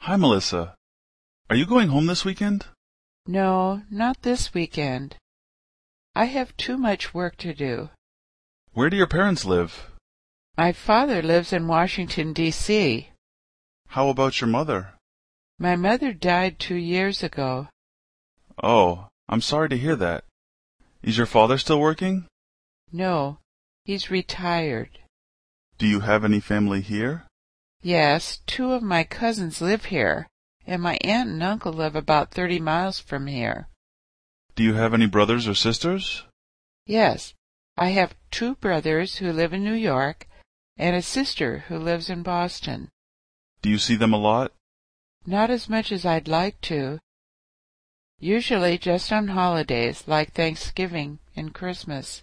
Hi, Melissa. Are you going home this weekend? No, not this weekend. I have too much work to do. Where do your parents live? My father lives in Washington, D.C. How about your mother? My mother died two years ago. Oh, I'm sorry to hear that. Is your father still working? No, he's retired. Do you have any family here? Yes, two of my cousins live here, and my aunt and uncle live about 30 miles from here. Do you have any brothers or sisters? Yes, I have two brothers who live in New York and a sister who lives in Boston. Do you see them a lot? Not as much as I'd like to. Usually just on holidays like Thanksgiving and Christmas.